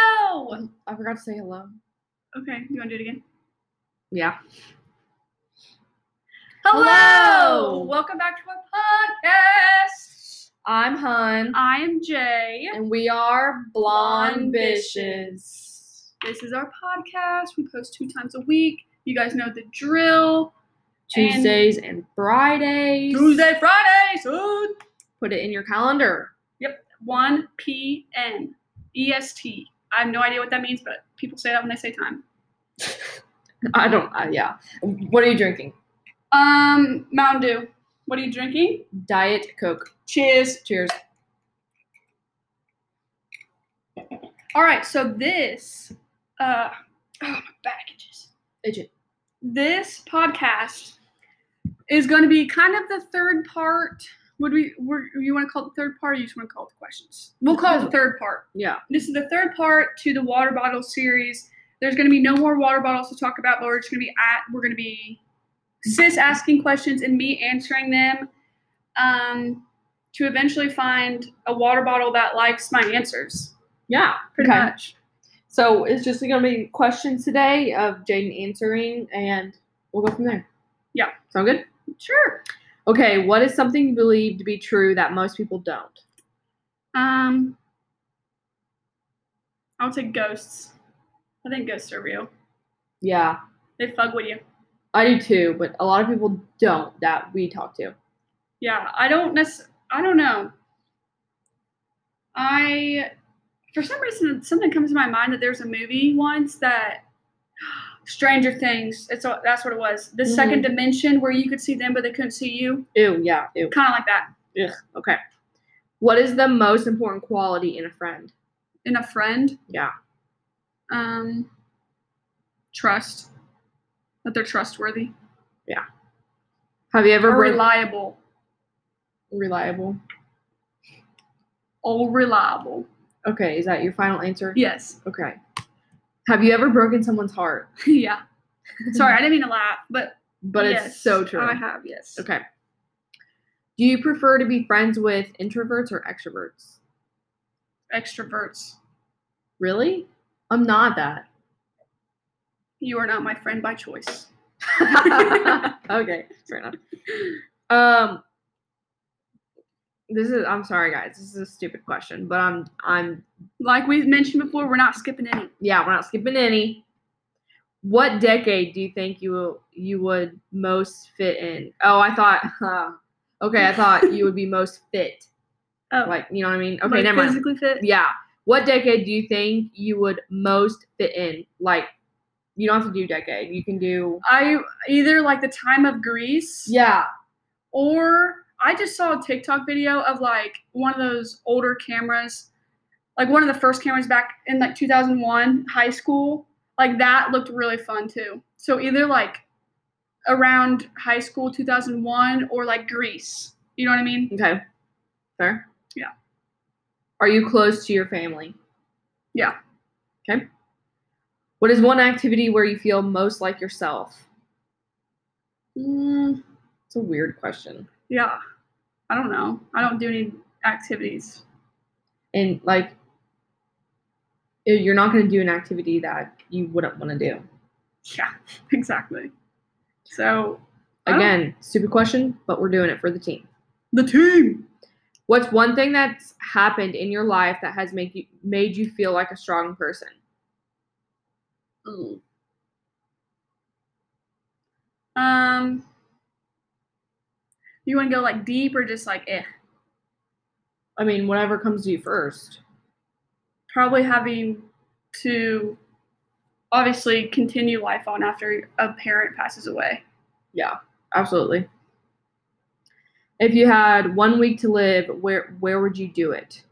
Oh, I forgot to say hello. Okay, you want to do it again? Yeah. Hello! Hello! Welcome back to our podcast. I'm Hun, I am Jay. and we are Blonde Blonde Bitches. This is our podcast. We post two times a week. You guys know the drill. And- Tuesdays and Fridays. Tuesday, Friday, soon. Put it in your calendar. 1 p.m. EST. E I have no idea what that means, but people say that when they say time. I don't, uh, yeah. What are you drinking? Um, Mountain Dew. What are you drinking? Diet Coke. Cheers. Cheers. All right, so this, uh, oh, my back itches. Agent. this podcast is going to be kind of the third part. Would we? Would you want to call it the third part? Or you just want to call it the questions? We'll call it the third part. Yeah. This is the third part to the water bottle series. There's going to be no more water bottles to talk about, but we're just going to be at. We're going to be sis asking questions and me answering them, um, to eventually find a water bottle that likes my answers. Yeah. Pretty Okay. much. So it's just going to be questions today of Jaden answering, and we'll go from there. Yeah. Sound good? Sure. Okay. What is something you believe to be true that most people don't? Um, I'll take ghosts. I think ghosts are real. Yeah. They fuck with you. I do too, but a lot of people don't that we talk to. Yeah, I don't necess- I don't know. I, for some reason, something comes to my mind that there's a movie once that Stranger Things. It's all, that's what it was. Mm-hmm. The second dimension where you could see them but they couldn't see you. Ew, yeah, ew. Kind of like that Okay. What is the most important quality in a friend? in a friend. Yeah. Um, trust. That they're trustworthy. Have you ever Or broke- reliable. reliable? all reliable. Okay, is that your final answer? Yes. Okay. Have you ever broken someone's heart? yeah. Sorry, I didn't mean to laugh, but But it's yes, so true. I have yes. Okay. Do you prefer to be friends with introverts or extroverts? Extroverts, Really? I'm not that. you are not my friend by choice. okay, fair enough. Um, this is. I'm sorry, guys. This is a stupid question, but I'm. I'm. Like we mentioned before, we're not skipping any. Yeah, we're not skipping any. What decade do you think you will you would most fit in? Oh, I thought. Huh. Okay, I thought you would be most fit. Oh, Like, you know what I mean? Okay, like never mind. Physically fit. Yeah. What decade do you think you would most fit in? Like, you don't have to do decade. You can do. I either like the time of Greece, Yeah. or I just saw a TikTok video of like one of those older cameras, like one of the first cameras back in like 2001 high school. Like that looked really fun too. So either like around high school 2001 or like Greece. You know what I mean? Okay. Fair? Yeah. Are you close to your family? Yeah. Okay. What is one activity where you feel most like yourself? Mm, It's a weird question. yeah. I don't know. I don't do any activities. And like, i- you're not going to do an activity that you wouldn't want to do. Yeah, exactly. So I don't- Again, stupid question, but we're doing it for the team. the team. What's one thing that's happened in your life that has made you made you feel like a strong person? Mm. Um, you want to go like deep or just like eh? I mean, whatever comes to you first. Probably having to obviously continue life on after a parent passes away. Absolutely. If you had one week to live, where where would you do it?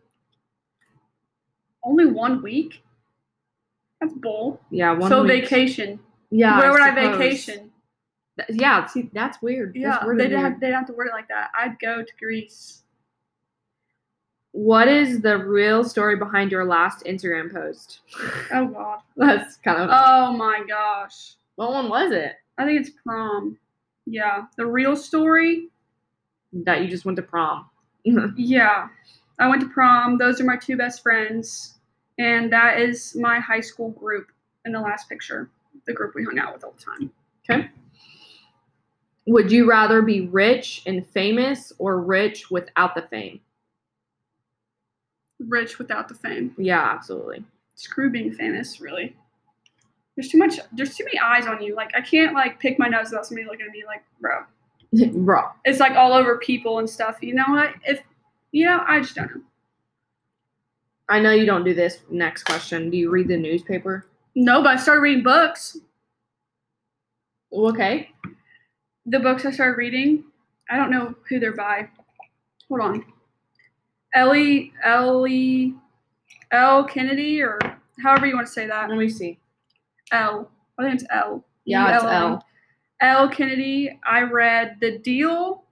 Only one week. That's bull. Yeah, one so week. vacation. Yeah. Where would I suppose. vacation? Th- yeah, see, that's weird. That's Yeah, worded they didn't weird. have, they didn't have to word it like that. I'd go to Greece. What is the real story behind your last Instagram post? Oh God. that's kind of. Oh my gosh. what one was it I think it's prom. Yeah, the real story. that you just went to prom? Yeah. I went to prom. Those are my two best friends. And that is my high school group in the last picture, the group we hung out with all the time. Would you rather be rich and famous or rich without the fame? Rich without the fame. Yeah, absolutely. Screw being famous, really. There's too much. There's too many eyes on you. Like I can't like pick my nose without somebody looking at me. Like, bro, Bro. it's like all over people and stuff. You know what? If you know, I just don't know. I know you don't do this next question. Do you read the newspaper? No, but I started reading books. Okay. The books I started reading, I don't know who they're by. Hold on. Ellie, Ellie, L. Kennedy, or however you want to say that. Let me see. L. I think it's L. Yeah, it's ULL. L. L. Kennedy. I read The Deal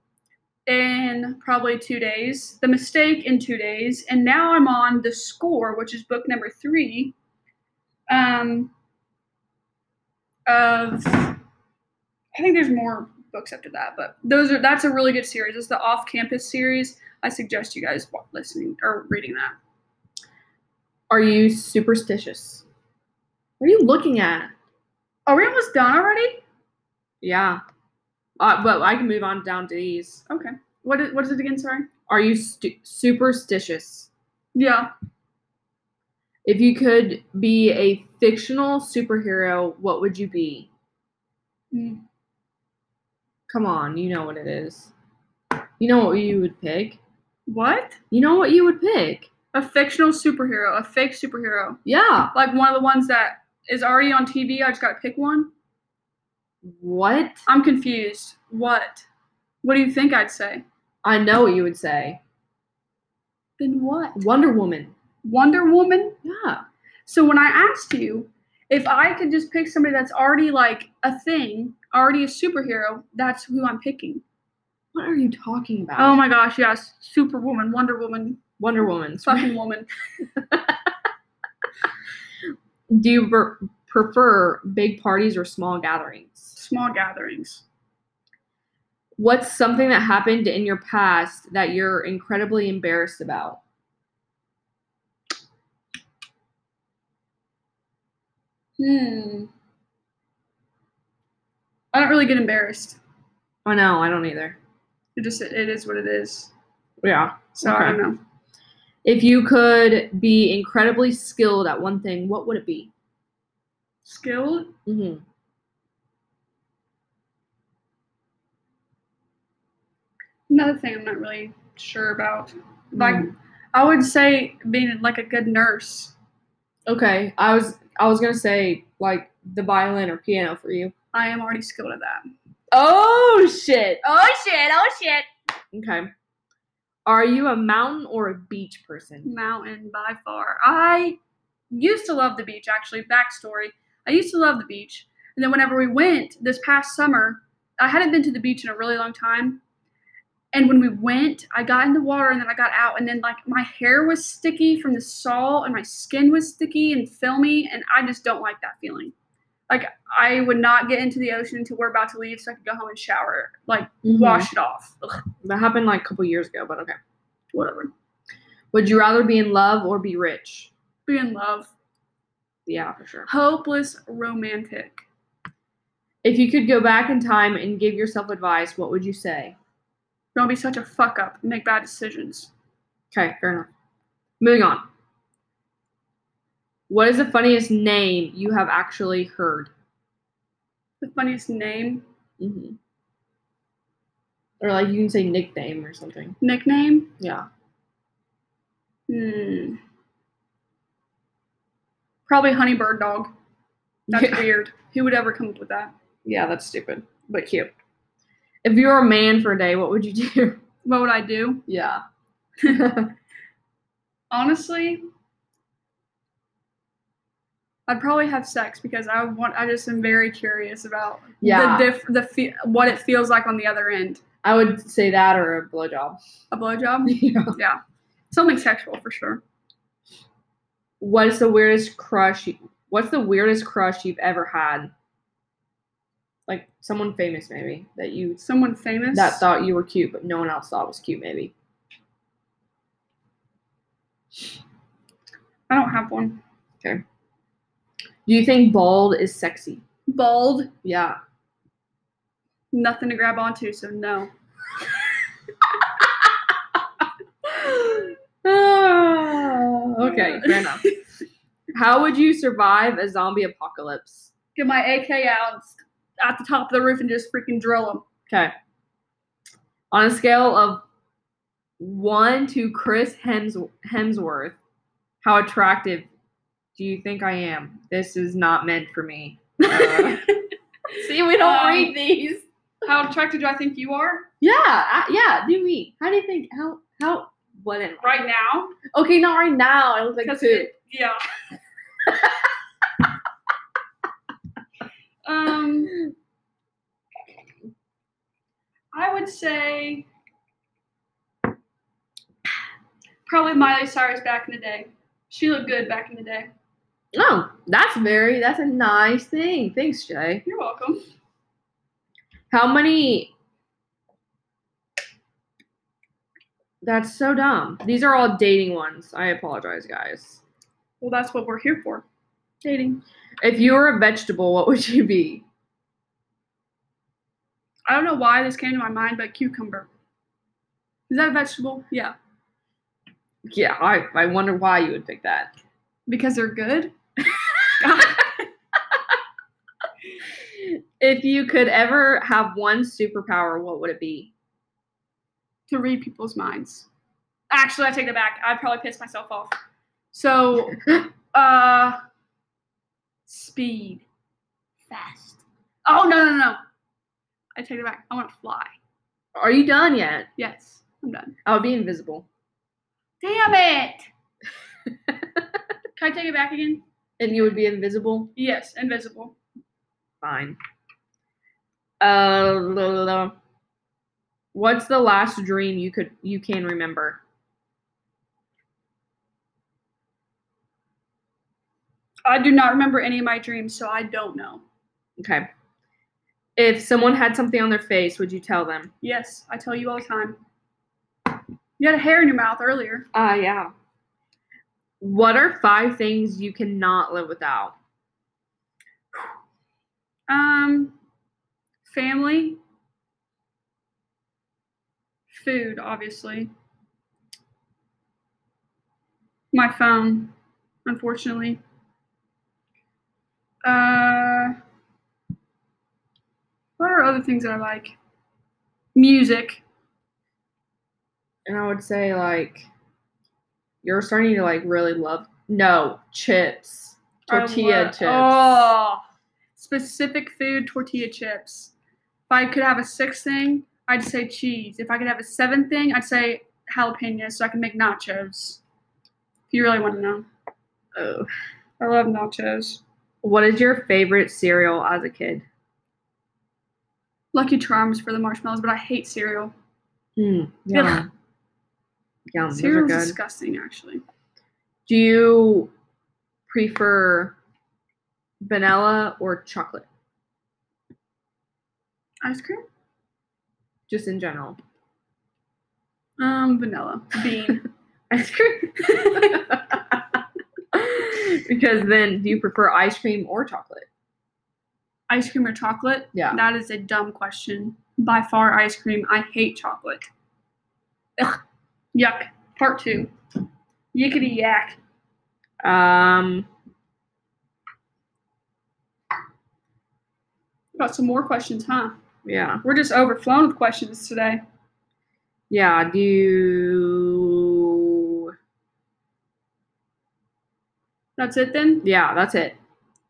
in probably two days, The Mistake in two days, and now I'm on The Score, which is book number three um, of. I think there's more books after that, but those are that's a really good series. It's the off-campus series. I suggest you guys wa- listening or reading that. Are you superstitious? What are you looking at? Are we almost done already? Yeah. Uh, but I can move on down to these. Okay. What is, what is it again? Sorry. Are you stu- superstitious? Yeah. If you could be a fictional superhero, what would you be? Mm. Come on, you know what it is. You know what you would pick. What? You know what you would pick. A fictional superhero, a fake superhero. Yeah. Like one of the ones that is already on TV. I just gotta pick one. What? I'm confused. What? What do you think I'd say? I know what you would say. Then what? Wonder Woman. Wonder Woman? Yeah. So when I asked you if I could just pick somebody that's already like a thing, already a superhero, that's who I'm picking. What are you talking about? Oh my gosh, yes. Superwoman, Wonder Woman, Wonder Woman. fucking woman. Do you ver- prefer big parties or small gatherings? Small gatherings. What's something that happened in your past that you're incredibly embarrassed about? Hmm. I don't really get embarrassed. Oh no, I don't either. It just it is what it is. Yeah. So I don't know. If you could be incredibly skilled at one thing, what would it be? Skilled? Mm-hmm. Another thing I'm not really sure about. Like I would say being like a good nurse. okay, I was I was gonna say like the violin or piano for you. I am already skilled at that. Oh shit. Oh shit, oh shit. Okay. Are you a mountain or a beach person? Mountain by far. I used to love the beach actually. Backstory. I used to love the beach. And then whenever we went this past summer, I hadn't been to the beach in a really long time. And when we went, I got in the water and then I got out and then like my hair was sticky from the salt and my skin was sticky and filmy and I just don't like that feeling. Like I would not get into the ocean until we're about to leave so I could go home and shower, like Mm-hmm. wash it off. Ugh, That happened like a couple years ago, but okay. whatever. Would you rather be in love or be rich? Be in love. Yeah, for sure. Hopeless romantic. If you could go back in time and give yourself advice, what would you say? Don't be such a fuck up. and Make bad decisions. Okay, fair enough. Moving on. What is the funniest name you have actually heard? The funniest name, Mm-hmm. Or like you can say nickname or something. nickname. Yeah. Hmm. Probably honey bird dog. That's Yeah. weird. Who would ever come up with that? Yeah, that's stupid, but cute. If you were a man for a day, what would you do? What would I do? yeah. Honestly, I'd probably have sex because I want. I just am very curious about Yeah. the diff, the fe- what it feels like on the other end. I would say that or a blowjob. A blowjob. yeah. yeah, something sexual for sure. What is the weirdest crush? You, what's the weirdest crush you've ever had? Like someone famous, maybe that you Someone famous. that thought you were cute, but no one else thought was cute. Maybe. I don't have one. Do you think bald is sexy? Bald, Yeah. nothing to grab onto, so no. Ah, okay, fair enough. How would you survive a zombie apocalypse? Get my AK out at the top of the roof and just freaking drill them. Okay. On a scale of one to Chris Hems- Hemsworth, how attractive do you think I am? This is not meant for me. Uh, see, we Um, these. How attracted do I think you are Yeah, I, yeah. Do me. How do you think? How how? What am I? right now? Okay, not right now. I look like 'Cause two. it- yeah. um, I would say probably Miley Cyrus back in the day. She looked good back in the day. No, that's very. That's a nice thing. Thanks, Jay. You're welcome. How many? That's so dumb. These are all dating ones. I apologize, guys. Well, that's what we're here for. Dating. If you were a vegetable, what would you be? I don't know why this came to my mind, but cucumber. Is that a vegetable? Yeah. Yeah, I, I wonder why you would pick that. Because they're good? If you could ever have one superpower, what would it be? to read people's minds. Actually, I take it back. I probably pissed myself off. So, uh, speed, fast. Oh no no no! I take it back. I want to fly. Are you done yet? Yes, I'm done. I would be invisible. Damn it! Can I take it back again? And you would be invisible? Yes, invisible. Fine. Uh, la, la, la. what's the last dream you could you can remember? I do not remember any of my dreams, so I don't know. Okay. If someone had something on their face, would you tell them? Yes, I tell you all the time. You had a hair in your mouth earlier. Ah, yeah. What are five things you cannot live without? Um, family, food, obviously. My phone, unfortunately. Uh, what are other things that I like? Music. And I would say like you're starting to like really love no chips, I tortilla love- chips. Oh, specific food, tortilla chips. If I could have a sixth thing, I'd say cheese. If I could have a seventh thing, I'd say jalapenos so I can make nachos. If you really want to know, Oh. I love nachos. What is your favorite cereal as a kid? Lucky Charms for the marshmallows, but I hate cereal. Hmm. Yeah. Yeah, those are Cereal's good. disgusting, actually. Do you prefer vanilla or chocolate? Ice cream? Just in general. Um, vanilla. Bean. Ice cream. because then do you prefer ice cream or chocolate? ice cream or chocolate? Yeah. That is a dumb question. By far, ice cream. I hate chocolate. Ugh. Yuck. Part two. Yickety yak. Um Got some more questions, huh? yeah. We're just overflowing with questions today. Yeah, do you... That's it then? Yeah, that's it.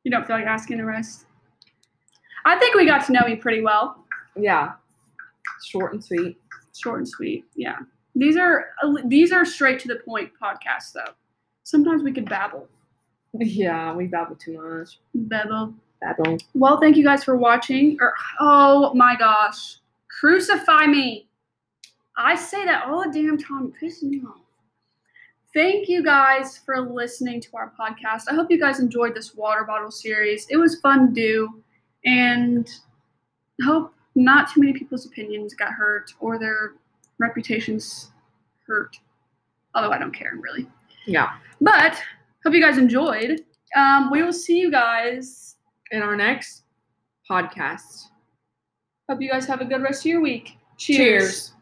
You don't feel like asking the rest? I think we got to know you pretty well. Yeah. Short and sweet. Short and sweet. Yeah. These are uh, these are straight to the point podcasts though. Sometimes we could babble. Yeah, we babble too much. Babble. Babble. Well, thank you guys for watching. Or oh my gosh, crucify me! I say that all the damn time, It pisses me off. Thank you guys for listening to our podcast. I hope you guys enjoyed this water bottle series. It was fun to do, and I hope not too many people's opinions got hurt or their reputations hurt. Although I don't care really. Yeah. But Hope you guys enjoyed. Um, we will see you guys. in our next podcast. Hope you guys have a good rest of your week. Cheers. Cheers.